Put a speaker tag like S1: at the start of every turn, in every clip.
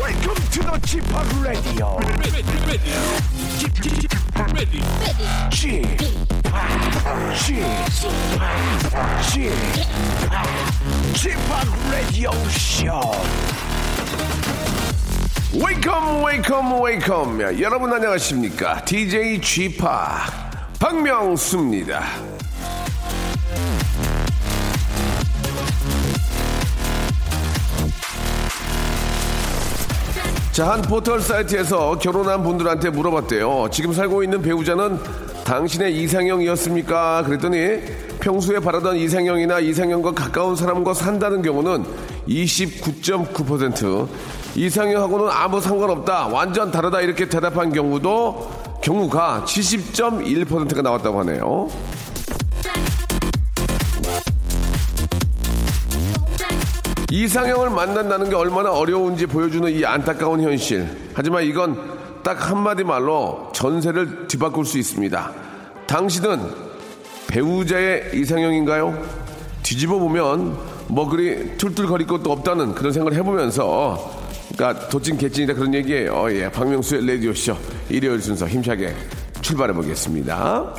S1: Welcome to the Chip Radio. Chip Chip Chip Radio Show. Welcome, welcome, welcome. 야, 여러분 안녕하십니까? DJ Chip 박명수입니다. 자, 한 포털 사이트에서 결혼한 분들한테 물어봤대요. 지금 살고 있는 배우자는 당신의 이상형이었습니까? 그랬더니 평소에 바라던 이상형이나 이상형과 가까운 사람과 산다는 경우는 29.9%, 이상형하고는 아무 상관없다, 완전 다르다 이렇게 대답한 경우도 경우가 70.1%가 나왔다고 하네요. 이상형을 만난다는 게 얼마나 어려운지 보여주는 이 안타까운 현실. 하지만 이건 딱 한마디 말로 전세를 뒤바꿀 수 있습니다. 당신은 배우자의 이상형인가요? 뒤집어 보면 뭐 그리 툴툴거릴 것도 없다는 그런 생각을 해보면서 그러니까 도찐 개찐이다 그런 얘기예요. 예, 박명수의 라디오쇼 일요일 순서 힘차게 출발해 보겠습니다.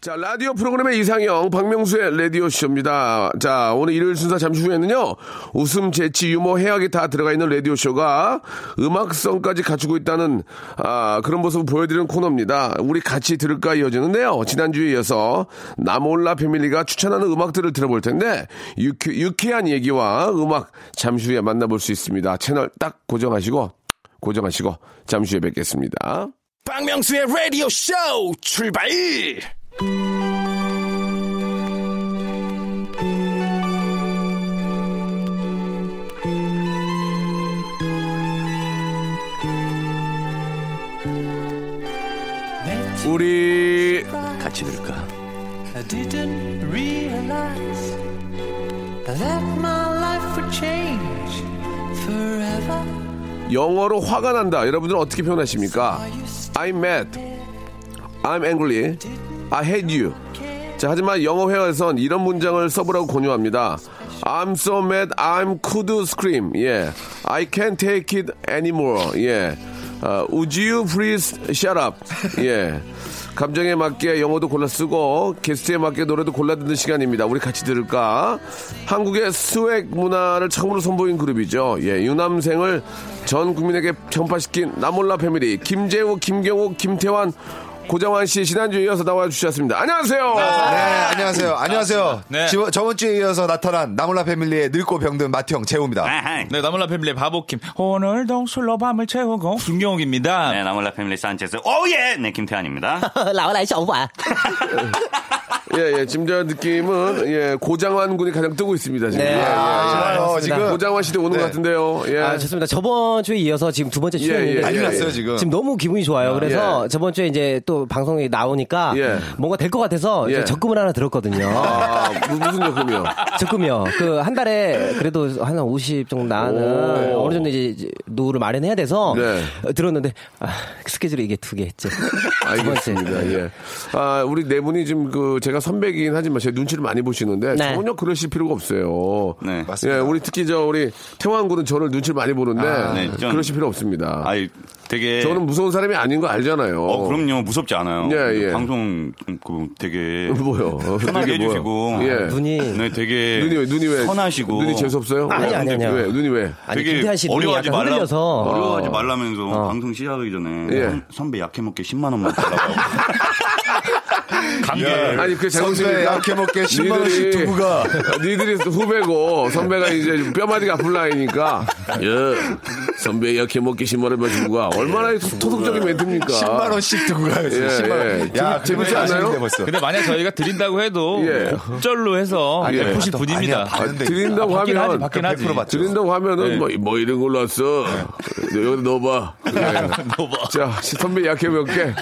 S1: 자, 라디오 프로그램의 이상형, 박명수의 라디오쇼입니다. 자, 오늘 일요일 순서 잠시 후에는요, 웃음, 재치, 유머, 해악이 다 들어가 있는 라디오쇼가 음악성까지 갖추고 있다는, 아, 그런 모습을 보여드리는 코너입니다. 우리 같이 들을까 이어지는데요. 지난주에 이어서 나몰라 패밀리가 추천하는 음악들을 들어볼 텐데, 유쾌, 유쾌한 얘기와 음악 잠시 후에 만나볼 수 있습니다. 채널 딱 고정하시고, 고정하시고, 잠시 후에 뵙겠습니다.
S2: 박명수의 라디오 쇼 출발!
S1: 우리
S2: 같이 들을까?
S3: I didn't realize that my life would change forever.
S1: 영어로 화가 난다. 여러분들은 어떻게 표현하십니까? I'm mad. I'm angry. I hate you. 자, 하지만 영어 회화에선 이런 문장을 써보라고 권유합니다. I'm so mad, I'm could scream. 예. I can't take it anymore. 예. 아, would you please shut up? 예. 감정에 맞게 영어도 골라 쓰고 게스트에 맞게 노래도 골라 듣는 시간입니다. 우리 같이 들을까? 한국의 스웩 문화를 처음으로 선보인 그룹이죠. 예, 유남생을 전 국민에게 전파시킨 나몰라 패밀리 김재우, 김경욱, 김태환, 고정환 씨 지난주에 이어서 나와 주셨습니다. 안녕하세요.
S4: 아,
S5: 네, 안녕하세요. 안녕하세요.
S6: 네.
S5: 지- 저번 주에 이어서 나타난 나몰라 패밀리의 늙고 병든 마티형 재호입니다. 예,
S6: 네, 나몰라 패밀리의 바보킴. 오늘도 술로 밤을 채우고. 김경욱입니다.
S4: 네, 나몰라 패밀리 산체스. 오예! 네, 김태환입니다.
S1: 예, 예. 지금 저 느낌은 예, 고장환 군이 가장 뜨고 있습니다. 지금. 예, 예, 예.
S5: 좋아요, 어, 지금.
S1: 고장환 씨도 오는
S5: 네.
S1: 것 같은데요. 예.
S7: 네. 아, 좋습니다. 저번 주에 이어서 지금 두 번째 출연인데
S1: 예,
S5: 난리
S1: 예,
S5: 났어요,
S1: 예.
S5: 지금.
S7: 지금 너무 기분이 좋아요. 그래서
S1: 예.
S7: 저번 주에 이제 또 방송에 나오니까
S1: 예.
S7: 뭔가 될 것 같아서 이제
S1: 예.
S7: 적금을 하나 들었거든요.
S1: 아, 무- 무슨 적금이요?
S7: 적금이요. 그 한 달에 그래도 한 50 정도 나는
S1: 오.
S7: 어느 정도 이제 이제 노후를 마련해야 돼서
S1: 네.
S7: 어, 들었는데 아, 스케줄이 이게 두 개 했죠. 두 번째.
S1: 알겠습니다. 예. 아, 우리 네 분이 지금 그 제가 선배긴 하지만 제 눈치를 많이 보시는데
S7: 네.
S1: 전혀 그러실 필요가 없어요.
S4: 네.
S1: 예, 우리 특히 저 우리 태환 군은 저를 눈치를 많이 보는데
S4: 네, 좀-
S1: 그러실 필요 없습니다.
S4: 아이, 되게.
S1: 저는 무서운 사람이 아닌 거 알잖아요.
S4: 어, 그럼요. 무섭지 않아요.
S1: 예, 예.
S4: 방송, 그, 되게.
S1: 뭐요? 어,
S4: 편하게
S1: 뭐요?
S4: 해주시고.
S1: 예.
S7: 눈이
S4: 네, 되게.
S1: 눈이 왜 눈이 왜
S4: 선하시고.
S1: 눈이 재수 없어요?
S7: 아니,
S1: 왜?
S7: 아니, 아니요.
S1: 왜 눈이 왜?
S7: 아니
S4: 되게
S7: 김태환 씨 눈이
S4: 어려워하지
S7: 약간
S4: 말라,
S7: 흔들려서
S4: 어려워하지 말라면서 방송 시작하기 전에
S1: 아. 예.
S4: 선- 선배 약해 먹게 10만 원만 달라고.
S1: 아니 그게 아.
S5: 선배
S1: 잘못입니까?
S5: 약해 먹게 10만 원씩
S1: 니들이-
S5: 두부가
S1: 니들이 후배고 선배가 이제 뼈마디가 아플 나이니까 예 선배 약해 먹기 10만 원 주고가 얼마나 토속적인 멘트입니까?
S5: 10만 원씩 두고 가요. 지금
S1: 예,
S5: 10만 원.
S1: 예. 재밌- 재밌지 않나요?
S5: 아시는데 벌써.
S6: 근데 만약 저희가 드린다고 해도
S1: 예.
S6: 절로 해서 네,
S1: 예.
S6: 베푸실
S5: 또
S6: 분입니다.
S5: 아니야, 봤는데.
S1: 드린다고
S6: 받긴 하지,
S1: 하면
S6: 받긴 하지. 예.
S5: 100% 맞죠.
S1: 드린다고 하면은 뭐, 뭐 이런 걸로 왔어. 네, 여기 넣어봐. 예.
S6: 넣어봐.
S1: 자, 선배 약해 몇 개?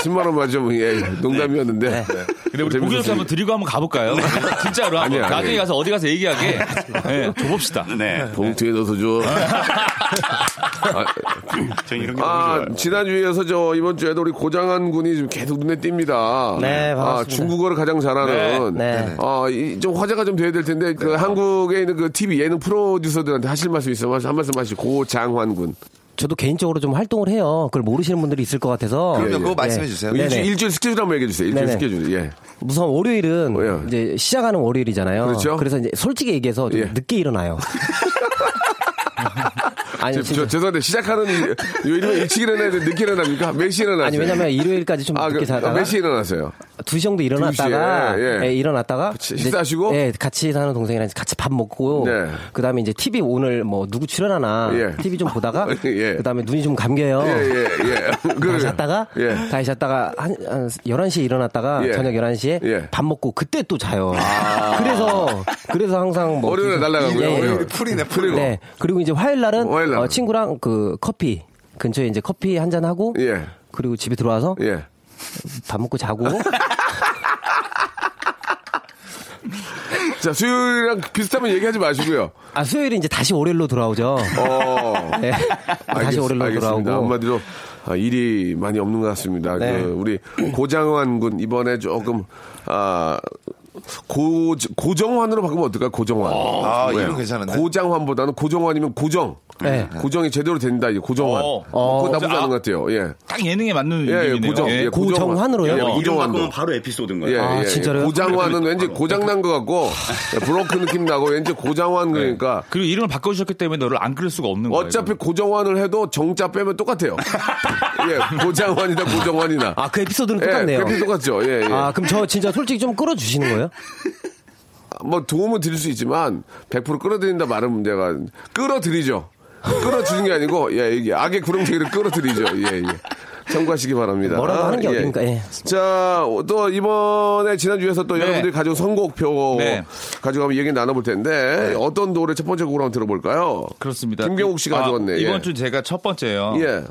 S1: 10만 원만 좀 예, 농담이었는데.
S6: 네. 근데 우리 고기도 한번 드리고 한번 가볼까요? 진짜로 한번
S1: 네. 아니야, 아니야.
S6: 나중에 가서 어디 가서 얘기하게
S1: 아,
S6: 네, 줘봅시다.
S4: 네.
S1: 봉투에 넣어서 줘.
S4: 저 이런 게
S1: 아,
S4: 너무 좋아요.
S1: 지난주에 이어서 저 이번 주에도 우리 고장한 군이 지금 계속 눈에 띕니다.
S7: 네,
S1: 아,
S7: 반갑습니다.
S1: 중국어를 가장 잘하는.
S7: 네, 네.
S1: 아, 이, 좀 화제가 좀 돼야 될 텐데, 그 한국에 있는 그 TV 예능 프로듀서들한테 하실 말씀 있으면 한 말씀 하시죠. 고장환 군.
S7: 저도 개인적으로 좀 활동을 해요. 그걸 모르시는 분들이 있을 것 같아서.
S5: 그럼요, 그거
S7: 예.
S5: 말씀해 주세요.
S7: 네네.
S1: 일주, 일주일 스케줄 한번 얘기해 주세요. 일주일
S7: 네네.
S1: 스케줄. 예.
S7: 우선 월요일은
S1: 예.
S7: 이제 시작하는 월요일이잖아요.
S1: 그렇죠.
S7: 래서 이제 솔직히 얘기해서 좀
S1: 예.
S7: 늦게 일어나요. 아니,
S1: 저,
S7: 진짜.
S1: 저, 죄송한데 시작하는 이- 요일이면 일찍 일어나야 돼 늦게 일어납니까? 몇 시에 일어나세요?
S7: 아니 왜냐면 일요일까지 좀
S1: 아,
S7: 늦게
S1: 그,
S7: 자다가
S1: 몇 시에 일어나세요?
S7: 2시 정도 일어났다가
S1: 두 시에, 예.
S7: 예, 일어났다가
S1: 같이
S7: 이제-
S1: 식사하시고?
S7: 예, 같이 사는 동생이랑 같이 밥 먹고
S1: 네.
S7: 그다음에 이제 TV 오늘 뭐 누구 출연하나
S1: 예.
S7: TV 좀 보다가
S1: 예.
S7: 그다음에 눈이 좀 감겨요.
S1: 예, 예, 예.
S7: 다시
S1: 그래요.
S7: 아, 잤다가
S1: 예.
S7: 다시 잤다가 한, 한 11시에 일어났다가
S1: 예.
S7: 저녁 11시에
S1: 예. 아.
S7: 밥 먹고 그때 또 자요. 그래서 그래서 항상 뭐
S1: 월요일에 날아가고요.
S7: 예, 예.
S1: 월요일에
S5: 풀이네, 풀이고.
S7: 네. 그리고 이제 화요일 날은
S1: 화요일 날은.
S7: 어, 친구랑 그 커피 근처에 이제 커피 한 잔 하고
S1: 예.
S7: 그리고 집에 들어와서
S1: 예.
S7: 밥 먹고 자고
S1: 자, 수요일이랑 비슷하면 얘기하지 마시고요.
S7: 아 수요일에 이제 다시 월요일로 돌아오죠.
S1: 어.
S7: 네. 다시
S1: 알겠-
S7: 월요일로
S1: 알겠습니다.
S7: 돌아오고
S1: 한마디로 아, 일이 많이 없는 것 같습니다.
S7: 네.
S1: 그 우리 고장환 군 이번에 조금 아 고, 고정환으로 바꾸면 어떨까? 고정환.
S5: 아,
S1: 왜요?
S5: 이건 괜찮은데?
S1: 고장환보다는 고정환이면 고정.
S7: 네.
S1: 고정이 제대로 된다. 이제 고정환.
S6: 어.
S1: 어, 그거 나쁘지
S6: 아.
S1: 않은 것 같아요. 예.
S6: 딱 예능에 맞는
S1: 예, 예,
S6: 이름이네요.
S1: 고정.
S6: 예.
S1: 예, 고정환.
S7: 고정환으로요?
S1: 예,
S6: 어,
S4: 이름 바꾸면
S1: 고정환.
S4: 바로 에피소드인
S1: 예,
S4: 거예요.
S7: 아,
S1: 예, 예.
S7: 진짜로요?
S1: 고장환은 왠지 고장난 것 같고, 브로크 느낌 나고, 왠지 고장환 그러니까,
S6: 그리고 이름을 바꿔주셨기 때문에 너를 안 끌 수가
S7: 뭐
S6: 없는 거예요.
S1: 어차피 고정환을 해도 정자 빼면 똑같아요. 예, 고장환이다, 고정환이나.
S7: 아 그 에피소드는 똑같네요.
S1: 예, 그렇게 똑같죠. 예, 예.
S7: 아 그럼 저 진짜 솔직히 좀 끌어주시는 거예요?
S1: 뭐 도움은 드릴 수 있지만 100% 끌어들인다 말은 문제가 끌어들이죠. 끌어주는 게 아니고 예, 이게 악의 구렁텅이를 끌어들이죠. 예, 예. 참고하시기 바랍니다.
S7: 뭐라고 하는 게
S1: 예.
S7: 어딥니까? 예.
S1: 자, 또 이번에 지난주에서 또
S6: 네.
S1: 여러분들이 가져온 선곡표
S6: 네.
S1: 가지고 한번 얘기 나눠볼 텐데 어떤 노래 첫 번째 곡으로 한번 들어볼까요?
S6: 그렇습니다.
S1: 김경욱 씨가
S6: 아,
S1: 가져왔네. 예.
S6: 이번 주 제가 첫 번째예요.
S1: 예.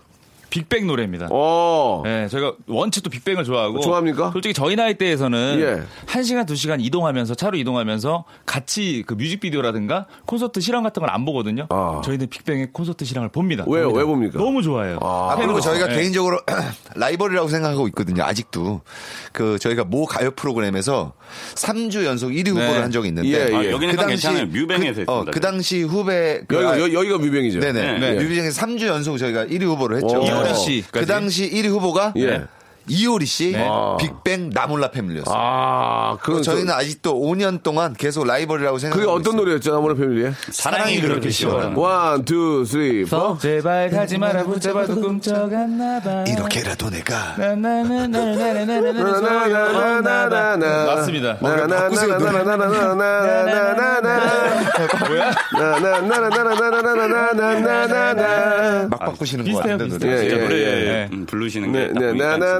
S6: 빅뱅 노래입니다.
S1: 어.
S6: 네, 저희가 원체 또 빅뱅을 좋아하고
S1: 좋아합니까?
S6: 솔직히 저희 나이 때에서는
S1: 예.
S6: 한시간두시간 이동하면서 차로 이동하면서 같이 그 뮤직비디오라든가 콘서트 실황 같은 걸 안 보거든요.
S1: 아.
S6: 저희는 빅뱅의 콘서트 실황을 봅니다.
S1: 왜요? 왜 봅니까?
S6: 너무 좋아해요.
S5: 아, 그리고
S6: 팬으로서.
S5: 저희가
S6: 예.
S5: 개인적으로 라이벌이라고 생각하고 있거든요. 아직도 그 저희가 모 가요 프로그램에서 3주 연속 1위 후보를
S6: 네.
S5: 한 적이 있는데
S1: 예, 예. 아,
S4: 여기는 딱 괜찮아요. 뮤뱅에서
S5: 그, 어,
S4: 했습니다.
S5: 그 당시 후배 그
S1: 여기가, 여, 기가 뮤뱅이죠.
S5: 네네.
S6: 아. 네.
S5: 뮤비장에서 3주 연속 저희가 1위 후보를 했죠.
S1: 예. 오. 이효리
S6: 씨까지.
S5: 그 당시 1위 후보가 네.
S1: 예.
S5: 이효리 씨,
S6: 네.
S5: 빅뱅, 나몰라 패밀리였어요.
S1: 아, 그럼
S5: 저희는 아직도 5년 동안 계속 라이벌이라고
S1: 그게
S5: 생각하고
S1: 어떤
S5: 있어요.
S1: 노래였죠? 나무라 패밀리의?
S4: 사랑이 그렇게 시원한.
S1: 원, 투, 쓰리, 포.
S6: 제발 가지 마라 붙잡아도 꿈쩍었나 봐.
S5: 이렇게라도 내가
S6: 네.
S1: 나나나나나나나.
S6: 맞습니다.
S1: 나나나나나나나나나나나.
S6: 뭐야?
S1: 나나나나나나나나나나나.
S5: 막 바꾸시는 것
S6: 비슷해요,
S5: 같은데
S6: 비슷해요.
S5: 노래.
S1: 예,
S6: 진짜
S1: 예,
S6: 노래.
S4: 예,
S6: 예.
S4: 음, 부르시는
S1: 네,
S4: 게.
S1: 네,
S4: 딱 보니까 진짜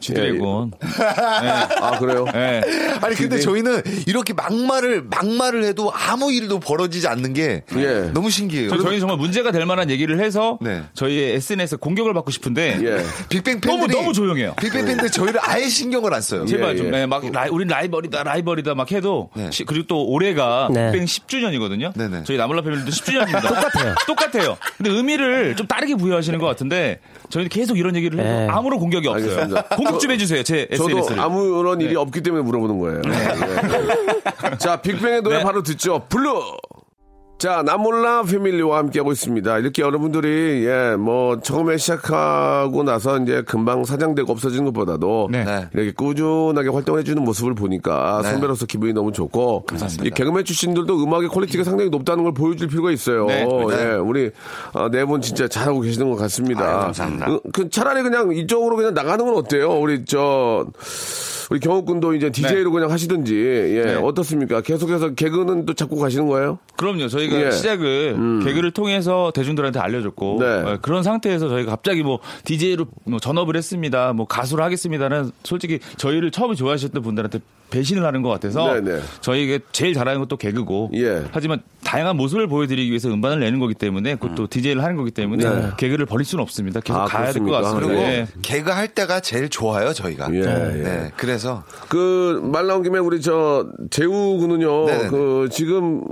S6: 지드래곤.
S1: 아, 그래요?
S6: 예.
S5: 아니 근데 저희는 이렇게 막말을 막말을 해도 아무 일도 벌어지지 않는 게
S1: 예.
S5: 너무 신기해요.
S6: 저, 저희는 정말 문제가 될 만한 얘기를 해서
S5: 네.
S6: 저희의 SNS에 공격을 받고 싶은데
S1: 예.
S5: 빅뱅
S6: 너무
S5: 팬들이
S6: 너무 조용해요.
S5: 빅뱅
S1: 네.
S5: 팬들 저희를 아예 신경을 안 써요.
S6: 제발
S1: 예, 네.
S6: 좀,
S1: 예.
S6: 네, 막, 라이, 우린 라이벌이다, 라이벌이다, 막 해도, 시- 그리고 또 올해가
S7: 네.
S6: 빅뱅 10주년이거든요.
S5: 네, 네.
S6: 저희 나몰라 패밀리도 10주년입니다. 똑같아요. 똑같아요. 근데 의미를 좀 다르게 부여하시는 것 같은데, 저희는 계속 이런 얘기를 해도
S7: 네.
S6: 아무런 공격이 없어요.
S1: 알겠습니다.
S6: 공격 좀 해주세요, 제
S1: 저도
S6: SNS를. 네.
S1: 아무런 일이 없기 때문에 물어보는 거예요. 예, 예. 자, 빅뱅의 노래
S6: 네.
S1: 바로 듣죠. 블루! 자, 나몰라 패밀리와 함께하고 있습니다. 이렇게 여러분들이, 예, 뭐, 처음에 시작하고 나서 이제 금방 사장되고 없어지는 것보다도
S6: 네.
S5: 네.
S1: 이렇게 꾸준하게 활동해주는 모습을 보니까
S5: 네.
S1: 선배로서 기분이 너무 좋고 이 개그맨 출신들도 음악의 퀄리티가 상당히 높다는 걸 보여줄 필요가 있어요.
S6: 네,
S1: 예, 우리 네 분 진짜 잘하고 계시는 것 같습니다.
S4: 아유, 감사합니다.
S1: 그, 그 차라리 그냥 이쪽으로 그냥 나가는 건 어때요? 우리 저 우리 경호군도
S4: 네.
S1: 이제 DJ로 그냥 하시든지 예,
S6: 네.
S1: 어떻습니까? 계속해서 개그는 또 잡고 가시는 거예요?
S6: 그럼요. 저희가
S1: 예.
S6: 시작을 개그를 통해서 대중들한테 알려줬고
S1: 네.
S6: 예, 그런 상태에서 저희가 갑자기 뭐 DJ로 전업을 했습니다. 뭐 가수를 하겠습니다는 솔직히 저희를 처음 좋아하셨던 분들한테 배신을 하는 것 같아서
S1: 네, 네.
S6: 저희에게 제일 잘하는 것도 개그고
S1: 예.
S6: 하지만 다양한 모습을 보여드리기 위해서 음반을 내는 거기 때문에 그것도 DJ를 하는 거기 때문에 개그를 버릴 수는 없습니다. 계속
S1: 음. 네. 아,
S6: 가야 될 것
S1: 그렇습니까?
S6: 같습니다.
S5: 그리고
S6: 예.
S5: 개그 할 때가 제일 좋아요 저희가.
S1: 네. 예, 예.
S5: 네, 그래서
S1: 그 말 나온 김에 우리 저 재우 군은요.
S5: 네네네.
S1: 그 지금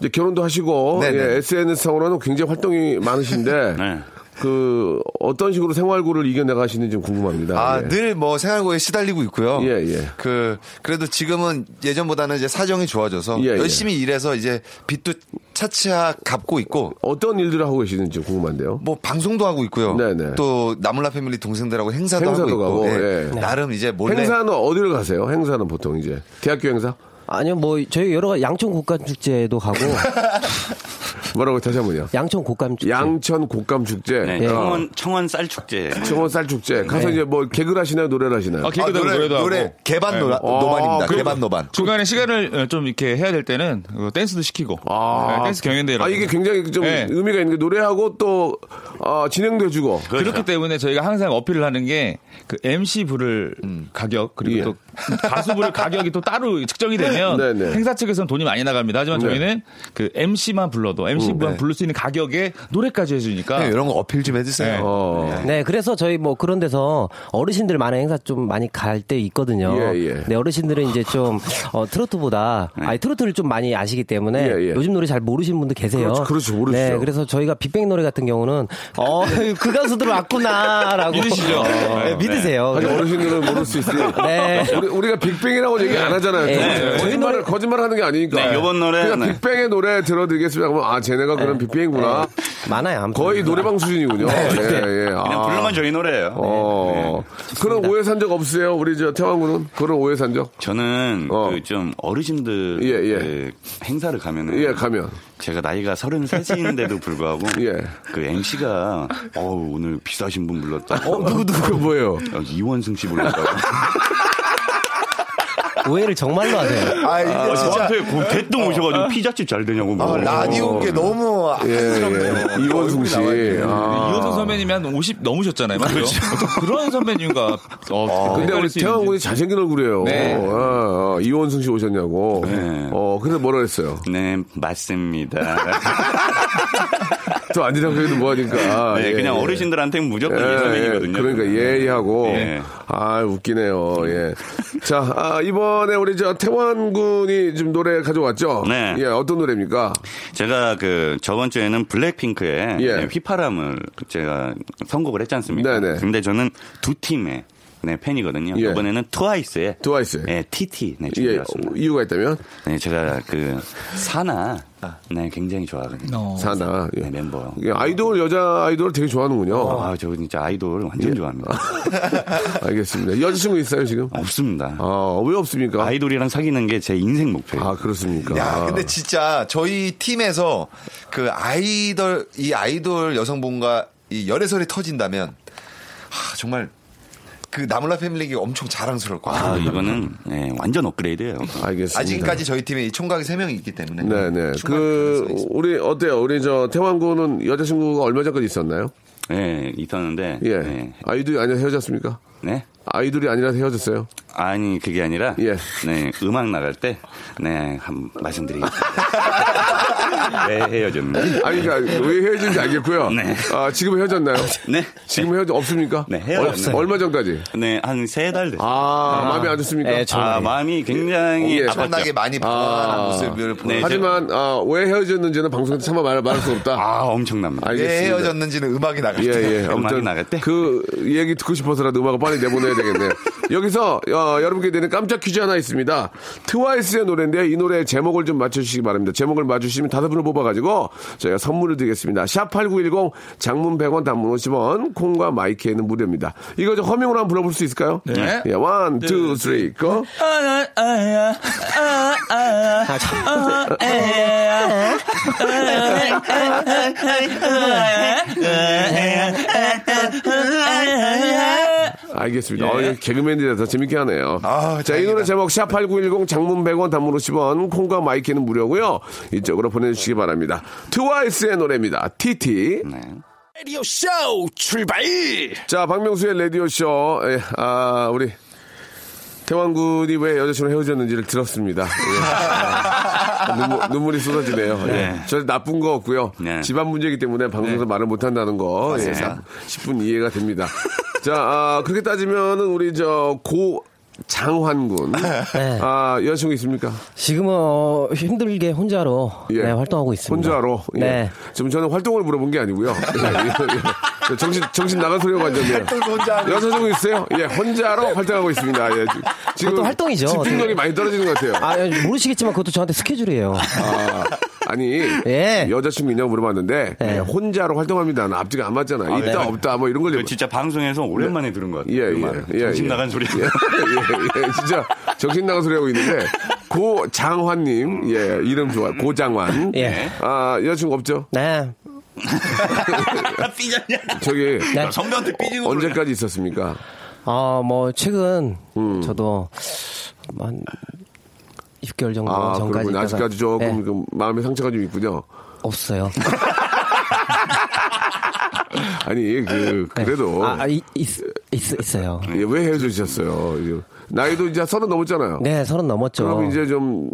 S1: 이제 결혼도 하시고 예,
S5: 네네.
S1: SNS 상으로는 굉장히 활동이 많으신데
S4: 네.
S1: 그 어떤 식으로 생활고를 이겨내 가시는지 좀 궁금합니다.
S5: 아,
S1: 예.
S5: 늘 뭐 생활고에 시달리고 있고요.
S1: 예, 예.
S5: 그 그래도 지금은 예전보다는 이제 사정이 좋아져서
S1: 예, 예.
S5: 열심히 일해서 이제 빚도 차차 갚고 있고
S1: 어떤 일들을 하고 계시는지 궁금한데요.
S5: 뭐 방송도 하고 있고요.
S1: 네네.
S5: 또 나물라 패밀리 동생들하고 행사도,
S1: 행사도
S5: 하고 있고
S1: 가고,
S5: 예.
S1: 예.
S5: 나름 이제 몰래 아,
S1: 행사는 어디를 가세요? 행사는 보통 이제 대학교 행사?
S7: 아니요, 뭐 저희 여러 가지 양천 곡감 축제도 가고
S1: 뭐라고 다시 한 번요.
S7: 양천 곡감 축제.
S1: 양천 곡감 축제,
S4: 네,
S7: 예.
S4: 청원, 청원 쌀 축제.
S1: 청원 쌀 축제. 가서 이제 뭐 개그를 하시나요, 노래를 하시나요?
S6: 아,
S5: 아,
S6: 개그도 하고 노래도 하고
S5: 개반
S6: 예.
S5: 노
S1: 어,
S5: 노반입니다.
S1: 그럼-
S5: 개반 노반.
S6: 중간에 시간을 어, 좀 이렇게 해야 될 때는 어, 댄스도 시키고 예, 댄스 경연대회
S1: 아, 이게 굉장히 좀
S6: 예.
S1: 의미가 있는 게 노래하고 또 아, 진행도 해주고.
S6: 그렇기 때문에 저희가 항상 어필을 하는 게 그 MC 부를 가격 그리고
S1: 예.
S6: 또 가수 부를 가격이 또 따로 측정이 되면
S1: 네, 네.
S6: 행사 측에서는 돈이 많이 나갑니다. 하지만
S1: 네.
S6: 저희는 그 MC만 불러도 MC만 부를 수 있는 가격에 노래까지
S1: 아.
S6: 해주니까
S5: 네, 이런 거 어필 좀 해주세요.
S6: 네.
S1: 어.
S7: 네, 그래서 저희 뭐 그런 데서 어르신들 많은 행사 좀 많이 갈 때 있거든요.
S1: 예, 예.
S7: 네, 어르신들은 이제 좀 어, 트로트보다 아니 트로트를 좀 많이 아시기 때문에
S1: 예, 예.
S7: 요즘 노래 잘 모르시는 분도 계세요.
S1: 그렇죠, 그렇죠, 모르시죠.
S7: 네, 그래서 저희가 빅뱅 노래 같은 경우는 어, 그 가수들 왔구나라고
S6: 믿으시죠?
S7: 네, 믿으세요.
S1: 아니, 어르신들은 모를 수 있으니.
S7: 네.
S1: 우리, 우리가 빅뱅이라고 얘기 안 하잖아요.
S7: 네.
S1: 거짓말을,
S7: 네.
S1: 거짓말을, 거짓말을 하는 게 아니니까.
S4: 네, 요번 노래,
S1: 그러니까
S4: 네.
S1: 빅뱅의 노래 들어드리겠습니다. 그러면 아, 쟤네가 네. 그런 빅뱅이구나.
S7: 네, 많아요. 아무튼.
S1: 거의 노래방 수준이군요. 예, 예.
S4: 그냥
S1: 아.
S4: 불러만 저희 노래예요. 네,
S1: 어. 그런 오해 산 적 없으세요? 우리 저 태왕 군은? 그런 오해 산 적?
S4: 저는
S1: 어.
S4: 그 좀 어르신들
S1: 예, 예.
S4: 그 행사를 가면은
S1: 예, 가면.
S4: 제가 나이가 33인데도 불구하고
S1: 예.
S4: 그 MC가 어우 오늘 비싸신 분 불렀다.
S1: 어, 누구, 누구, 그 뭐예요?
S4: 어, 이원승 씨 불렀다고.
S7: 오해를 정말로 하세요.
S5: 아, 이게
S4: 아,
S5: 진짜
S4: 저한테 그
S1: 아.
S4: 대뜸 오셔가지고 피자집 잘 되냐고.
S5: 아,
S4: 뭐.
S5: 라디오인 게 너무
S1: 어. 예,
S5: 안쓰럽네요.
S1: 예. 이원승 씨. 아.
S6: 그
S1: 그렇죠.
S6: 이호선 선배님이 한 50 넘으셨잖아요. 맞죠? 그런 선배님과 어,
S1: 아, 근데 우리 태왕 군이 잘생긴 얼굴이에요.
S6: 네.
S1: 어, 어, 이원승 씨 오셨냐고.
S4: 네.
S1: 어, 그래서 뭐라 했어요?
S4: 네 맞습니다.
S1: 또 앉으라고 해도 뭐하니까.
S4: 네,
S1: 예,
S4: 그냥
S1: 예.
S4: 어르신들한테는 무조건
S1: 예,
S4: 예선이거든요.
S1: 예, 그러니까 예의하고
S4: 예.
S1: 아 웃기네요. 예. 자 아, 이번에 우리 저 태원 군이 지금 노래 가져왔죠.
S4: 네.
S1: 예 어떤 노래입니까?
S4: 제가 그 저번 주에는 블랙핑크의 네,
S1: 예.
S4: 휘파람을 제가 선곡을 했지 않습니까?
S1: 네네.
S4: 근데 저는 두 팀의 네, 팬이거든요.
S1: 예.
S4: 이번에는 트와이스의
S1: 트와이스.
S4: 네, TT 네,
S1: 예
S4: 준비했습니다.
S1: 이유가 있다면
S4: 네, 제가 그 사나 네, 굉장히 좋아하거든요.
S1: 사나 아. 예. 어.
S4: 네, 멤버.
S1: 예, 아이돌 여자 아이돌 되게 좋아하는군요.
S4: 아, 저 진짜 아이돌 완전
S1: 예.
S4: 좋아합니다.
S1: 알겠습니다. 여자친구 있어요 지금?
S4: 없습니다.
S1: 아왜 없습니까?
S4: 아. 아이돌이랑 사귀는 게 제 인생 목표예요.
S1: 아 그렇습니까?
S5: 야, 근데 진짜 저희 팀에서 그 아이돌 이 아이돌 여성분과 이 열애설이 터진다면 하, 정말 그 나물라 패밀리가 엄청 자랑스러울 것
S4: 아,
S5: 같아요.
S4: 이거는 네, 완전 업그레이드예요.
S1: 알겠습니다.
S5: 아직까지 저희 팀에 이 총각이 세 명이 있기 때문에
S1: 네네.
S5: 충분히
S1: 그
S5: 가능성이 있습니다.
S1: 우리 어때요? 우리 저 태원 군은 여자친구가 얼마 전까지 있었나요?
S4: 네, 있었는데
S1: 예.
S4: 네.
S1: 아이돌이 아니라 헤어졌습니까?
S4: 네?
S1: 아이돌이 아니라 헤어졌어요.
S4: 아니 그게 아니라
S1: 예.
S4: 네 음악 나갈 때네 한 말씀드리겠습니다. 왜 헤어졌는지
S1: 아니, 그러니까 왜 헤어진지 알겠고요.
S4: 네.
S1: 아, 지금 헤어졌나요?
S4: 네.
S1: 지금 헤어져 없습니까?
S4: 네, 헤어졌어요.
S1: 얼- 얼마 전까지?
S4: 네한 세 달 됐어요.
S1: 아, 마음에 안 드십니까?
S7: 예, 저-
S4: 아, 마음이 굉장히
S1: 예.
S5: 엄청나게
S4: 아팠죠.
S5: 많이 변화한 모습을 보여.
S4: 네,
S1: 하지만 아, 왜 헤어졌는지는 방송에서 차마 말, 말할 수 없다.
S4: 아 엄청납니다.
S1: 알겠습니다.
S5: 왜 헤어졌는지는 음악이 나갈
S1: 예,
S5: 때
S1: 예.
S4: 음악이
S1: 아무튼
S4: 나갈 때?
S1: 그 얘기 듣고 싶어서라도 음악을 빨리 내보내야 되겠네요. 여기서 어, 여러분께 드리는 깜짝 퀴즈 하나 있습니다. 트와이스의 노래인데요. 이 노래 제목을 좀 맞춰주시기 바랍니다. 제목을 맞추시면 다섯 분을 뽑아가지고 저희가 선물을 드리겠습니다. 샵8910 장문 100원 단문 50원 콩과 마이키에는 무료입니다. 이거 좀 허밍으로 한번 불러볼 수 있을까요?
S6: 네.
S1: 예, 원, 투, 쓰리, 고.
S4: 네,
S1: 예. 알겠습니다. 어, 이거 개그맨들이라서 재밌게 하네요.
S5: 예. 아,
S1: 자, 이
S5: 다행이다.
S1: 노래 제목 샵8910 장문 100원 단문 50원 콩과 마이키는 무료고요. 이쪽으로 보내주시기 바랍니다. 트와이스의 노래입니다. TT.
S4: 네.
S2: 라디오 쇼 출발!
S1: 자, 박명수의 라디오쇼. 예, 아, 우리. 태왕군이 왜 여자친구랑 헤어졌는지를 들었습니다. 예. 눈물, 눈물이 쏟아지네요. 예. 저 나쁜 거 없고요.
S4: 네.
S1: 집안 문제이기 때문에 방송에서 말을 못한다는 거 예.
S5: 맞습니다.
S1: 10분 이해가 됩니다. 자, 아, 그렇게 따지면은 우리 저 고 장환군. 아, 여자친구 있습니까?
S7: 지금은 어, 힘들게 혼자로
S1: 예.
S7: 네, 활동하고 있습니다.
S1: 혼자로. 예.
S7: 네.
S1: 지금 저는 활동을 물어본 게 아니고요. 예, 예, 예. 정신 정신 나간 소리가
S4: 예,
S1: 완전해요. 여자친구 있어요? 예, 혼자로 활동하고 있습니다. 예. 지금
S7: 그것도 활동이죠.
S1: 집중력이
S7: 어떻게.
S1: 많이 떨어지는 것 같아요.
S7: 아, 모르시겠지만 그것도 저한테 스케줄이에요.
S1: 아, 니
S7: 예.
S1: 여자친구 있냐고 물어봤는데
S7: 예.
S1: 혼자로 활동합니다. 나 앞뒤가 안 맞잖아. 있다 없다 뭐 이런 걸.
S4: 그 진짜 방송에서 오랜만에 들은 것 같아요.
S1: 예,
S4: 그
S1: 예,
S4: 말을.
S1: 예,
S4: 정신
S1: 예.
S4: 나간 소리.
S1: 예, 예, 예, 진짜 정신 나간 소리 하고 있는데 고장환님 예 이름 좋아 요 고장환
S7: 예.
S1: 아 여자친구 없죠
S7: 네.
S2: 삐졌냐?
S1: 저기
S7: 네.
S2: 선배한테 삐지고 그러냐?
S1: 언제까지 있었습니까?
S7: 어, 뭐, 최근,
S1: 음.
S7: 저도, 한, 6개월 정도
S1: 아,
S7: 뭐 전까지.
S1: 그러면
S7: 있다가-
S1: 아직까지 조금
S7: 네,
S1: 그 마음의 상처가 좀 있군요.
S7: 없어요.
S1: 아니, 그,
S7: 네.
S1: 그래도.
S7: 아, 아, 이- 있, 있, 있어요.
S1: 예, 왜 헤어지셨어요? 이제 나이도 이제 서른 넘었잖아요.
S7: 네, 서른 넘었죠.
S1: 그럼 이제 좀,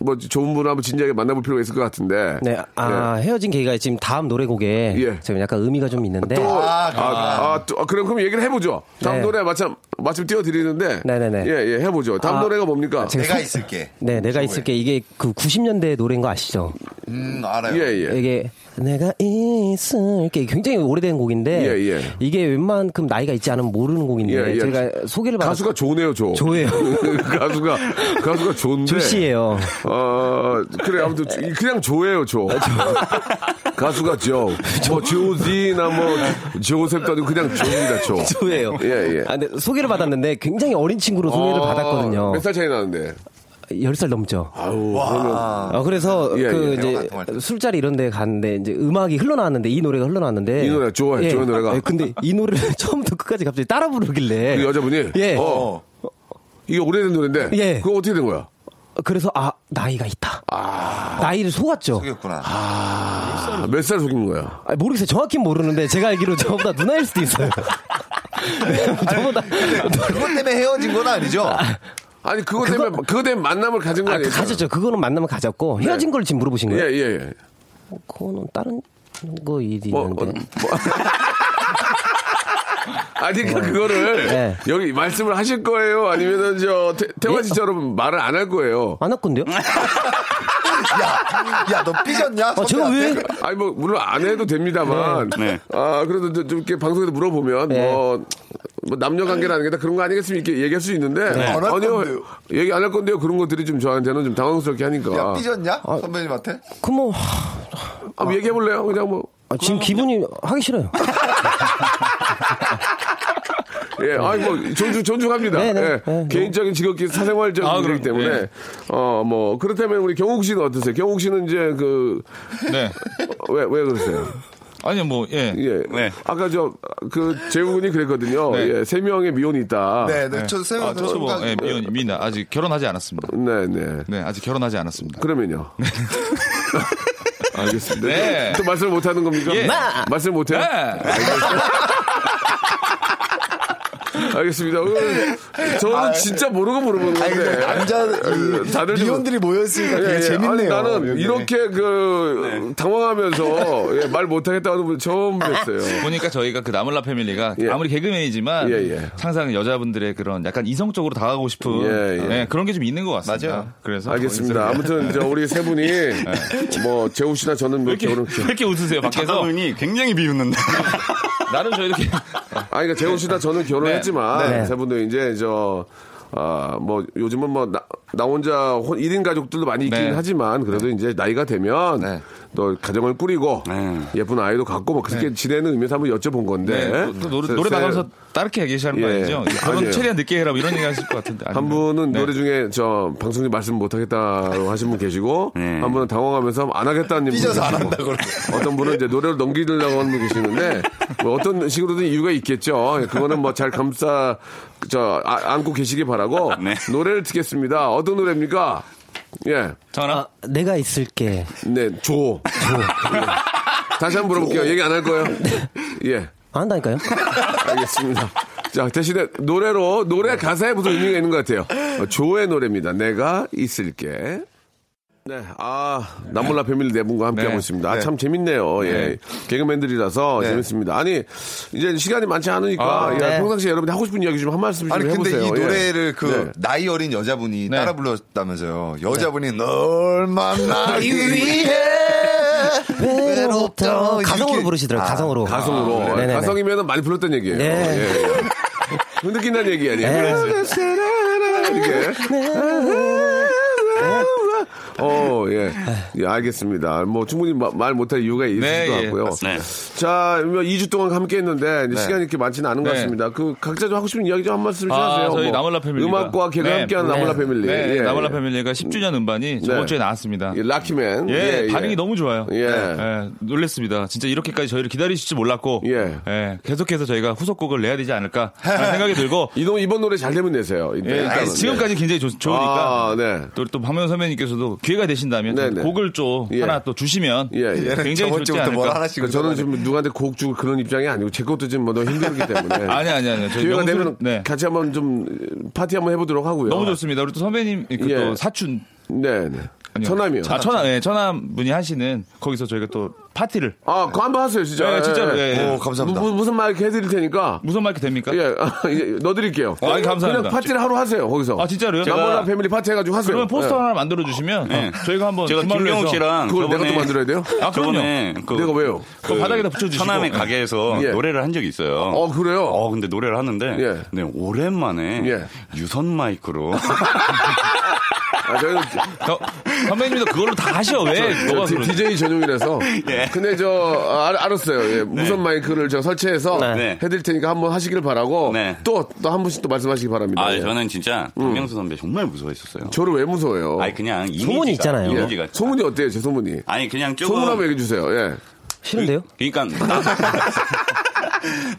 S1: 뭐, 좋은 분을 한번 진지하게 만나볼 필요가 있을 것 같은데.
S7: 네, 아, 헤어진 계기가 지금 다음 노래곡에
S1: 예.
S7: 지금 약간 의미가 좀 있는데.
S1: 또, 아, 아, 또, 아, 그럼, 그럼 얘기를 해보죠. 다음
S7: 네.
S1: 노래 마침, 마침 띄워드리는데.
S7: 네네네.
S1: 예, 예, 해보죠. 다음
S7: 아,
S1: 노래가 뭡니까?
S7: 제가
S5: 내가
S7: 소-
S5: 있을게.
S7: 네, 내가 있을게. 이게 그 90년대 노래인 거 아시죠?
S5: 음, 알아요.
S1: 예, 예.
S7: 이게 내가 있을게 굉장히 오래된 곡인데
S1: 예, 예.
S7: 이게 웬만큼 나이가 있지 않으면 모르는 곡인데
S1: 예, 예.
S7: 제가 소개를 받았
S1: 가수가 좋네요, 조.
S7: 조예요.
S1: 가수가, 가수가 좋은데.
S7: 조씨예요.
S1: 어, 그래, 아무튼,
S7: 네.
S1: 조- 그냥 조예요, 조.
S7: 아,
S1: 가수가 조. 뭐, 조지나 뭐, 조셉까지 그냥 조입니다, 조.
S7: 조예요.
S1: 예, 예.
S7: 아, 근데 소개를 받았는데 굉장히 어린 친구로 소개를 받았거든요.
S1: 아, 몇 살 차이 나는데?
S7: 10살 넘죠.
S1: 아우, 그러면.
S7: 어, 그래서
S1: 예,
S7: 그
S1: 예.
S5: 대화가 통할 때.
S7: 이제 술자리 이런 데 갔는데 이제 음악이 흘러나왔는데 이 노래가 흘러나왔는데
S1: 이 노래가 좋아요, 좋은 노래가.
S7: 예, 근데 이 노래를 처음부터 끝까지 갑자기 따라 부르길래
S1: 그 여자분이?
S7: 예.
S1: 어. 이게 오래된 노래인데?
S7: 예.
S1: 그거 어떻게 된 거야?
S7: 그래서 아 나이가 있다. 나이를 속았죠.
S5: 속였구나.
S1: 아, 몇 살 속인 거야?
S7: 아, 모르겠어요. 정확히 모르는데 제가 알기로 저보다 누나일 수도 있어요. 저보다 아,
S5: 그것 때문에 헤어진 건 아니죠?
S1: 아니, 그거 때문에, 그거 때문에 만남을 가진 거
S7: 아,
S1: 아니에요?
S7: 가졌죠. 그거는 만나면 가졌고 헤어진 걸 지금 물어보신
S1: 예,
S7: 거예요?
S1: 예, 예.
S7: 그거는 다른 거 일이
S1: 뭐,
S7: 있는데.
S1: 어, 뭐. 아니, 그, 그거를,
S7: 네. 예?
S1: 여기 말씀을 하실 거예요? 아니면은, 저, 태, 태화 씨처럼 말을 안 할 거예요?
S7: 안 할 건데요?
S5: 야, 야, 너 삐졌냐?
S7: 아, 제가 왜?
S1: 아니 뭐 물론 안 해도 됩니다만
S4: 네.
S1: 아 그래도 좀 이렇게 방송에서 물어보면
S7: 네.
S1: 뭐, 뭐 남녀 관계라는 게 다 그런 거 아니겠습니까 이렇게 얘기할 수 있는데
S6: 네.
S5: 안할
S1: 아니요
S5: 건데요.
S1: 얘기 안 할 건데요 그런 것들이 좀 저한테는 좀 당황스럽게 하니까
S7: 아.
S5: 야, 삐졌냐? 선배님한테?
S7: 그럼 뭐
S1: 아, 뭐 얘기해 볼래요 그냥 뭐
S7: 아, 지금 기분이 하기 싫어요.
S1: 예, 아니 뭐 존중 존중합니다.
S7: 네, 네.
S1: 예.
S7: 네,
S1: 개인적인 직업기 사생활적인
S6: 아,
S1: 일이기
S6: 그럼요.
S1: 때문에
S6: 네.
S1: 어 뭐 그렇다면 우리 경욱 씨는 어떠세요? 경욱 씨는 이제
S6: 네.
S1: 그 왜 왜 그러세요?
S6: 아니요, 뭐, 예.
S1: 예,
S4: 네.
S1: 아까 저 그 재훈이 그랬거든요.
S6: 네.
S1: 예, 세 명의 미혼이 있다.
S5: 네, 네. 저 선배님
S6: 아, 저도
S1: 그러니까
S6: 뭐, 예, 미연, 미나. 아직 결혼하지 않았습니다.
S1: 네, 네.
S6: 네, 아직 결혼하지 않았습니다.
S1: 그러면요. 알겠습니다.
S6: 네.
S1: 또 말씀 못 하는 겁니까? 네.
S5: 네.
S6: 예.
S1: 말씀 못 해요?
S6: 네.
S1: 알겠습니다. 어, 저는 진짜 모르고 물어보는
S5: 아, 아니,
S1: 건데. 어,
S5: 근데 남자, 이,
S1: 다들 좀-
S5: 미혼들이 모였으니까 되게
S1: 예, 예.
S5: 재밌네요. 네.
S1: 아니, 나는
S5: 여기.
S1: 이렇게 그 당황하면서 예, 말 못하겠다고 하는 분 처음 뵀어요.
S6: 보니까 저희가 그 나물라 패밀리가
S1: 예.
S6: 아무리 개그맨이지만
S1: 예, 예.
S6: 항상 여자분들의 그런 약간 이성적으로 다가가고 싶은
S1: 예, 예.
S6: 네, 그런 게 좀 있는 것 같습니다.
S5: 맞아요. 뭐 네.
S6: 그래서
S1: 알겠습니다. 아무튼 저 우리 세 분이 뭐 재우 씨나 저는 뭐
S6: 왜 이렇게,
S1: 결혼
S6: 왜 이렇게 웃으세요? 밖에서
S4: 작가분이 굉장히 비웃는다.
S6: 나름 저희 이렇게
S1: 아니, 그러니까 재훈 씨나 저는 결혼했지만
S7: 네.
S1: 세 분도 이제 저. 아, 뭐, 요즘은 뭐, 나, 나 혼자 혼, 1인 가족들도 많이 있긴
S6: 네.
S1: 하지만, 그래도 이제 나이가 되면,
S5: 네.
S1: 또 가정을 꾸리고,
S4: 네.
S1: 예쁜 아이도 갖고, 뭐, 그렇게 지내는 의미에서 한번 여쭤본 건데.
S6: 네. 또, 또 노래,
S1: 세-
S6: 노래
S1: 세-
S6: 나가면서 따르게 얘기하시는 거
S1: 예.
S6: 아니죠?
S1: 아니에요.
S6: 결혼 최대한 늦게 해라 뭐 이런 얘기 하실 것 같은데.
S1: 한
S6: 아닌가요?
S1: 분은
S6: 네.
S1: 노래 중에 저 방송 중 말씀 못 하겠다고 하신 분 계시고
S4: 네.
S1: 한 분은 당황하면서 안 하겠다는 분
S5: 삐져서 안
S6: 뭐,
S1: 계시고
S5: 한다 그러고.
S1: 어떤 분은 이제 노래를 넘기려고 하는 분 계시는데 뭐 어떤 식으로든 이유가 있겠죠. 예, 그거는 뭐 잘 감싸 저 아- 안고 계시기 바라고
S4: 네.
S1: 노래를 듣겠습니다. 어떤 노래입니까? 예,
S6: 전화.
S7: 아, 내가 있을게.
S1: 네, 조. 예. 다시 한번 물어볼게요. 얘기 안 할 거예요. 예,
S7: 안 한다니까요?
S1: 알겠습니다. 자, 대신에 노래로 노래 가사에 무슨 의미가 있는 것 같아요. 어, 조의 노래입니다. 내가 있을게. 네, 아, 남몰라 패밀리 네 분과 함께하고
S6: 네.
S1: 있습니다. 아,
S5: 네.
S1: 참 재밌네요. 예. 개그맨들이라서
S5: 네.
S1: 재밌습니다. 아니, 이제 시간이 많지 않으니까
S7: 아,
S1: 예,
S7: 네.
S1: 평상시에 여러분이 하고 싶은 이야기 좀 한 말씀 좀
S5: 아니 근데
S1: 해보세요.
S5: 이
S1: 예.
S5: 노래를 그
S1: 네.
S5: 나이 어린 여자분이
S6: 네.
S5: 따라 불렀다면서요.
S7: 네.
S5: 여자분이 널 만나기 위해
S7: 외롭다.
S5: 외롭다.
S7: 가성으로
S5: 이렇게. 아,
S7: 부르시더라고요. 가성으로.
S1: 가성으로.
S7: 아, 네네네.
S1: 가성이면 많이 불렀던 얘기예요.
S7: 네.
S1: 예, 예. 흔들긴다는 얘기 아니에요? 이렇게.
S7: 네.
S1: 어, 예. 예, 알겠습니다. 뭐, 충분히 마- 말 못할 이유가 있을
S6: 네,
S1: 것
S6: 예,
S1: 같고요.
S4: 네.
S1: 자, 뭐 2주 동안 함께 했는데, 이제 시간이 이렇게 많지는 않은 것
S6: 네.
S1: 같습니다. 그, 각자 좀 하고 싶은 이야기 좀 한 말씀 좀
S6: 아,
S1: 하세요. 뭐
S6: 저희 나몰라 패밀리가.
S1: 음악과 개그
S6: 네.
S1: 함께하는 나몰라
S7: 네.
S1: 패밀리.
S6: 네,
S1: 예,
S6: 나몰라
S1: 예.
S6: 패밀리가 10주년 음반이 저번 주에 나왔습니다.
S1: 예, 락키맨.
S6: 예, 반응이 너무 좋아요.
S1: 예.
S6: 놀랬습니다. 진짜 이렇게까지 저희를 기다리실 줄 몰랐고,
S1: 예.
S6: 계속해서 저희가 후속곡을 내야 되지 않을까 하는 생각이 들고,
S1: 이동, 이번 노래 잘 되면 내세요.
S6: 예,
S1: 일단은.
S6: 그러니까 지금까지 굉장히 좋, 으니까
S1: 아, 네.
S6: 또, 또 박명 선배님께서도 기회가 되신다면 좀
S1: 네네.
S6: 곡을 좀
S1: 예.
S6: 하나 또 주시면
S1: 예, 예.
S6: 굉장히
S5: 저번
S6: 좋지
S5: 주부터 뭘
S6: 않을까.
S5: 하나씩
S1: 그 저는 지금 누구한테 곡 주고 그런 입장이 아니고 제 것도 지금 뭐 너무 힘들기 때문에
S6: 아니 아니 아니. 저희
S1: 기회가
S6: 명수-
S1: 되면
S6: 네.
S1: 같이 한번 좀 파티 한번 해보도록 하고요.
S6: 너무 좋습니다. 우리 또 선배님 그
S1: 예.
S6: 또 사춘
S1: 네, 네.
S6: 아니요.
S1: 천남이요.
S6: 아, 천남, 예, 천남 분이 하시는 거기서 저희가 또 파티를
S1: 아, 그거 한번 하세요, 진짜.
S6: 네, 진짜로, 예, 예.
S5: 오 감사합니다.
S1: 무, 무슨 말 이렇게 해드릴 테니까.
S6: 무슨 마이크 됩니까?
S1: 예, 예, 넣어드릴게요.
S6: 아, 감사합니다.
S1: 그냥 파티를 하루 하세요, 거기서.
S6: 아, 진짜로요?
S1: 나몰라
S6: 제가-
S1: 패밀리 파티 해가지고 하세요.
S6: 그러면 포스터
S1: 예.
S6: 하나 만들어 주시면
S1: 네.
S6: 저희가 한번
S4: 네. 제가
S6: 주말로
S4: 김경욱
S6: 해서
S4: 씨랑
S1: 그걸
S4: 저번에,
S1: 내가 또 만들어야 돼요?
S6: 아, 그럼요.
S4: 저번에 그
S1: 내가 왜요?
S6: 그 바닥에다 붙여주시고
S4: 천남의 가게에서
S1: 예.
S4: 노래를 한 적이 있어요.
S1: 어, 그래요?
S4: 어, 근데 노래를 하는데
S1: 예.
S4: 네, 오랜만에
S1: 예.
S4: 유선 마이크로
S1: 아, 저희는
S6: 어, 선배님도 그걸로 다 하셔 왜 너가
S1: 저
S6: 그러지?
S1: DJ 전용이라서.
S4: 예.
S1: 근데 저, 아, 알- 알았어요. 예, 무선 마이크를 저 설치해서
S4: 네.
S1: 해드릴 테니까 한번 하시길 바라고.
S4: 네.
S1: 또, 또 한 분씩 또 말씀하시기 바랍니다.
S4: 아,
S1: 예.
S4: 저는 진짜 박명수 선배 정말 무서워했었어요.
S1: 저를 왜 무서워요?
S4: 아니 그냥 이미지가,
S7: 소문이 있잖아요.
S1: 예.
S4: 이미지가
S1: 소문이 어때요, 제 소문이?
S4: 아니 그냥 조금
S1: 소문 한번 얘기해주세요, 예.
S7: 싫은데요?
S4: 그러니까 나-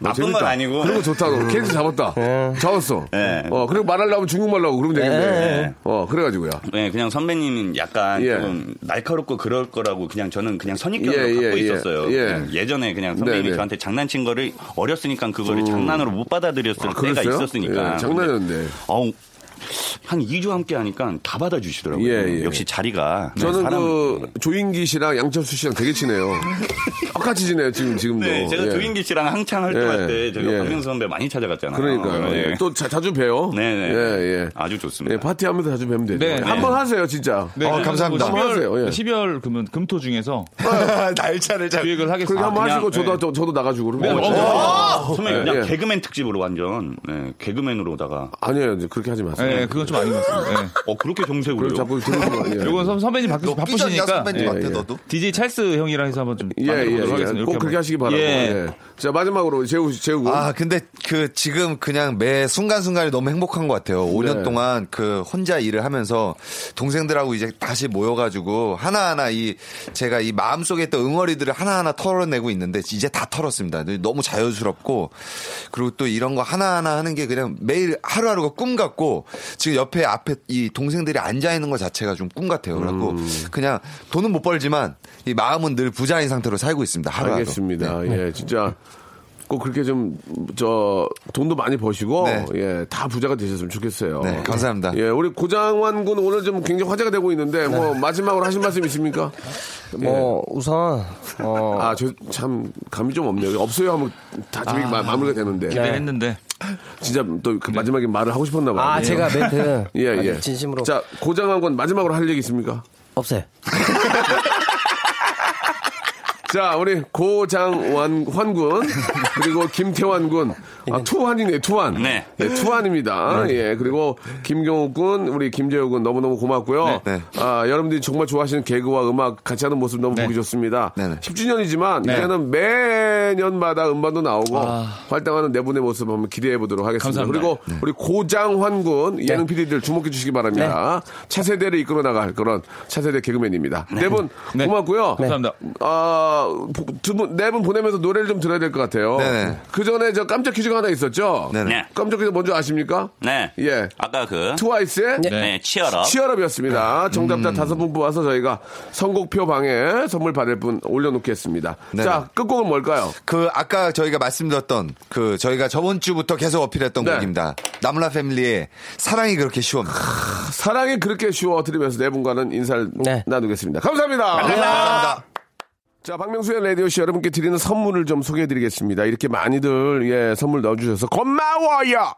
S4: 나쁜 건
S1: 재밌다.
S4: 아니고
S1: 그런 거
S4: 음.
S1: 좋다고. 캐릭터 잡았다. 잡았어.
S4: 예.
S1: 어, 그리고 말하려면 중국말로 하고 그러면 되겠네.
S4: 예.
S1: 어, 그래가지고요.
S4: 네, 그냥 선배님은 약간
S1: 예.
S4: 조금 날카롭고 그럴 거라고 그냥 저는 그냥 선입견으로
S1: 예,
S4: 갖고
S1: 예, 예.
S4: 있었어요.
S1: 예.
S4: 그냥 예전에 그냥 선배님이
S1: 네, 네.
S4: 저한테 장난친 거를 어렸으니까 그거를 장난으로 못 받아들였을 때가
S1: 그랬어요?
S4: 있었으니까.
S1: 예, 장난이었는데.
S4: 어우, 한 2주 함께 하니까 다 받아주시더라고요.
S1: 예, 예.
S4: 역시 자리가.
S1: 저는
S4: 네, 사람-
S1: 그 조인기 씨랑 양철수 씨랑 되게 친해요. 똑같이 지내요, 지금, 지금도.
S4: 네, 제가
S1: 예.
S4: 조인기 씨랑 한창 활동할
S1: 예,
S4: 때 제가
S1: 예.
S4: 박명수 선배 많이 찾아갔잖아요.
S1: 그러니까요.
S4: 네.
S1: 예. 또 자, 자주 봬요. 예,
S4: 네네.
S1: 예.
S4: 아주 좋습니다.
S1: 예, 파티하면서 자주 뵈면 돼요.
S6: 네,
S1: 한번 하세요, 진짜.
S6: 네,
S5: 어, 감사합니다.
S6: 그리고 12월,
S1: 하세요, 예.
S6: 12월 그러면 금토 중에서
S5: 날짜를 잘.
S6: 기획을
S1: 그렇게
S6: 하겠습니다.
S1: 한번
S4: 그냥,
S1: 하시고 저도
S4: 예.
S1: 저- 저도 나가주고 그러면.
S6: 아, 네,
S1: 어떡해.
S4: 선배님
S1: 예,
S4: 그냥
S1: 예.
S4: 개그맨 특집으로 완전 네, 개그맨으로다가
S1: 아니에요, 이제 그렇게 하지 마세요.
S6: 예, 그건 좀 아닌 것 같습니다. 예.
S4: 어 그렇게
S1: 그걸
S4: 정색으로
S1: 자꾸 예. 들는 거 아니에요.
S6: 요건 선- 선배님 바쁘,
S5: 너 삐졌냐
S6: 바쁘시니까
S5: 선배님
S6: 예.
S5: 같아
S1: 예.
S5: 너도?
S6: DJ 찰스 형이랑 해서 한번 좀
S1: 예, 예,
S6: 만들어보도록
S1: 예.
S6: 하겠습니다. 이렇게
S1: 꼭 그렇게
S6: 한번.
S1: 하시기 바라고.
S6: 예.
S1: 예. 자, 마지막으로 재우, 재우고.
S5: 아, 근데 그 지금 그냥 매 순간순간이 너무 행복한 것 같아요. 5년
S1: 네.
S5: 동안 그 혼자 일을 하면서 동생들하고 이제 다시 모여가지고 하나하나 이 제가 이 마음속에 있던 응어리들을 하나하나 털어내고 있는데 이제 다 털었습니다. 너무 자연스럽고 그리고 또 이런 거 하나하나 하는 게 그냥 매일 하루하루가 꿈 같고 지금 옆에 앞에 이 동생들이 앉아있는 것 자체가 좀 꿈 같아요. 그래갖고
S1: 음.
S5: 그냥 돈은 못 벌지만 이 마음은 늘 부자인 상태로 살고 있습니다. 하루하루.
S1: 알겠습니다.
S5: 네.
S1: 예, 진짜 꼭 그렇게 좀 저 돈도 많이 버시고
S5: 네.
S1: 예, 다 부자가 되셨으면 좋겠어요.
S5: 네, 감사합니다.
S1: 예, 우리 고장환 군 오늘 좀 굉장히 화제가 되고 있는데
S5: 네.
S1: 뭐 마지막으로 하신 말씀 있습니까? 예.
S7: 뭐 우선 어
S1: 아, 저 참 감이 좀 없네요. 없어요 하면 다 지금 마,
S7: 아.
S1: 마무리가 되는데
S6: 네, 기대했는데
S1: 진짜 또그 마지막에 말을 하고 싶었나 봐요.
S7: 네. 아, 제가 멘트
S1: 예,
S7: 아주
S1: 예.
S7: 진심으로
S1: 자, 고장한 군 마지막으로 할 얘기 있습니까?
S7: 없어요.
S1: 자, 우리 고장환 환군 그리고 김태환 군. 아, 투환이네, 투환.
S4: 네.
S1: 투환입니다.
S5: 네.
S1: 예. 그리고 김경욱 군, 우리 김재호 군 너무너무 고맙고요.
S5: 네.
S1: 아, 여러분들이 정말 좋아하시는 개그와 음악 같이 하는 모습 너무 보기 좋습니다.
S5: 네, 네.
S1: 10주년이지만 이제는 매년마다 음반도 나오고 활동하는 네 분의 모습 한번 기대해 보도록 하겠습니다.
S6: 감사합니다.
S1: 그리고
S5: 네.
S1: 우리 고장환 군 예능 PD들 주목해 주시기 바랍니다. 차세대를 이끌어 나갈 그런 차세대 개그맨입니다. 네 분
S6: 네.
S1: 고맙고요.
S6: 감사합니다.
S1: 아, 두 분, 네 분 보내면서 노래를 좀 들어야 될 것 같아요.
S5: 네네.
S1: 그 전에 저 깜짝 퀴즈가 하나 있었죠?
S5: 네네.
S8: 네.
S1: 깜짝 퀴즈 뭔지 아십니까?
S8: 네.
S1: 예.
S8: 아까 그.
S1: 트와이스의
S8: 네. 치열업.
S5: 네.
S1: 치열업이었습니다. 정답자
S5: 음.
S1: 다섯 분 뽑아서 저희가 선곡표 방에 선물 받을 분 올려놓겠습니다.
S5: 네네.
S1: 자, 끝곡은 뭘까요?
S5: 그 아까 저희가 말씀드렸던 그 저희가 저번 주부터 계속 어필했던
S1: 네.
S5: 곡입니다. 나물라 패밀리의 사랑이 그렇게 쉬워.
S1: 사랑이 그렇게 쉬워 드리면서 네 분과는 인사를
S7: 네.
S1: 나누겠습니다. 감사합니다.
S5: 감사합니다.
S1: 자, 박명수의 라디오씨 여러분께 드리는 선물을 좀 소개해 드리겠습니다. 이렇게 많이들, 예, 선물 넣어주셔서 고마워요!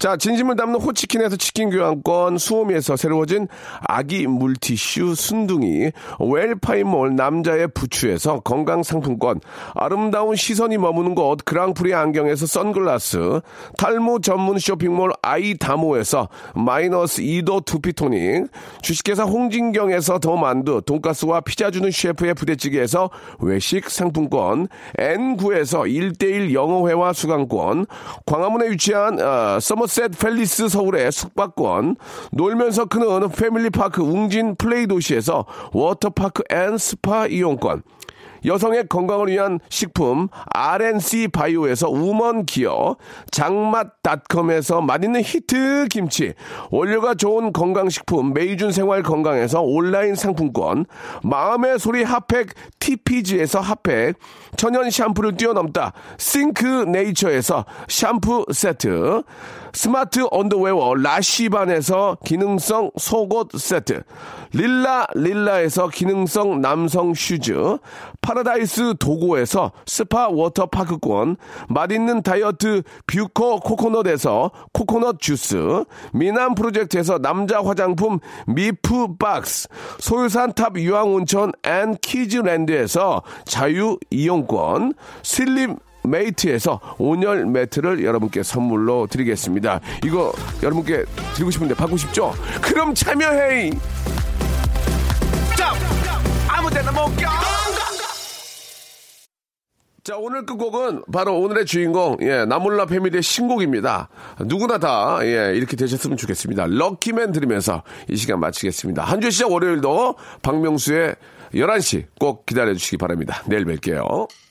S1: 자, 진심을 담는 호치킨에서 치킨 교환권, 수오미에서 새로워진 아기 물티슈 순둥이, 웰파이몰 남자의 부추에서 건강상품권, 아름다운 시선이 머무는 곳 그랑프리 안경에서 선글라스, 탈모 전문 쇼핑몰 아이다모에서 마이너스 2도 두피토닉, 주식회사 홍진경에서 더 만두, 돈가스와 피자 주는 셰프의 부대찌개에서 외식 상품권, N9에서 1대1 영어회화 수강권, 광화문에 위치한 어, 서머셋 팰리스 서울의 숙박권, 놀면서 크는 패밀리파크 웅진 플레이 도시에서 워터파크 앤 스파 이용권, 여성의 건강을 위한 식품 RNC 바이오에서 우먼 기어 장맛닷컴에서 맛있는 히트 김치 원료가 좋은 건강식품 메이준 생활 건강에서 온라인 상품권 마음의 소리 핫팩 TPG에서 핫팩 천연 샴푸를 뛰어넘다 싱크 네이처에서 샴푸 세트 스마트 언더웨어 라쉬반에서 기능성 속옷 세트 릴라 릴라에서 기능성 남성 슈즈 파라다이스 도고에서 스파 워터파크권 맛있는 다이어트 뷰코 코코넛에서 코코넛 주스 미남 프로젝트에서 남자 화장품 미프 박스 소유산탑 유황온천 앤 키즈랜드에서 자유 이용권 슬림 메이트에서 온열 매트를 여러분께 선물로 드리겠습니다. 이거 여러분께 드리고 싶은데 받고 싶죠? 그럼 참여해! 자, 아무데나 못 껴! 자, 오늘 그 끝곡은 바로 오늘의 주인공, 예, 나몰라 패밀리의 신곡입니다. 누구나 다, 예, 이렇게 되셨으면 좋겠습니다. 럭키맨 들으면서 이 시간 마치겠습니다. 한 주 시작 월요일도 박명수의 11시 꼭 기다려주시기 바랍니다. 내일 뵐게요.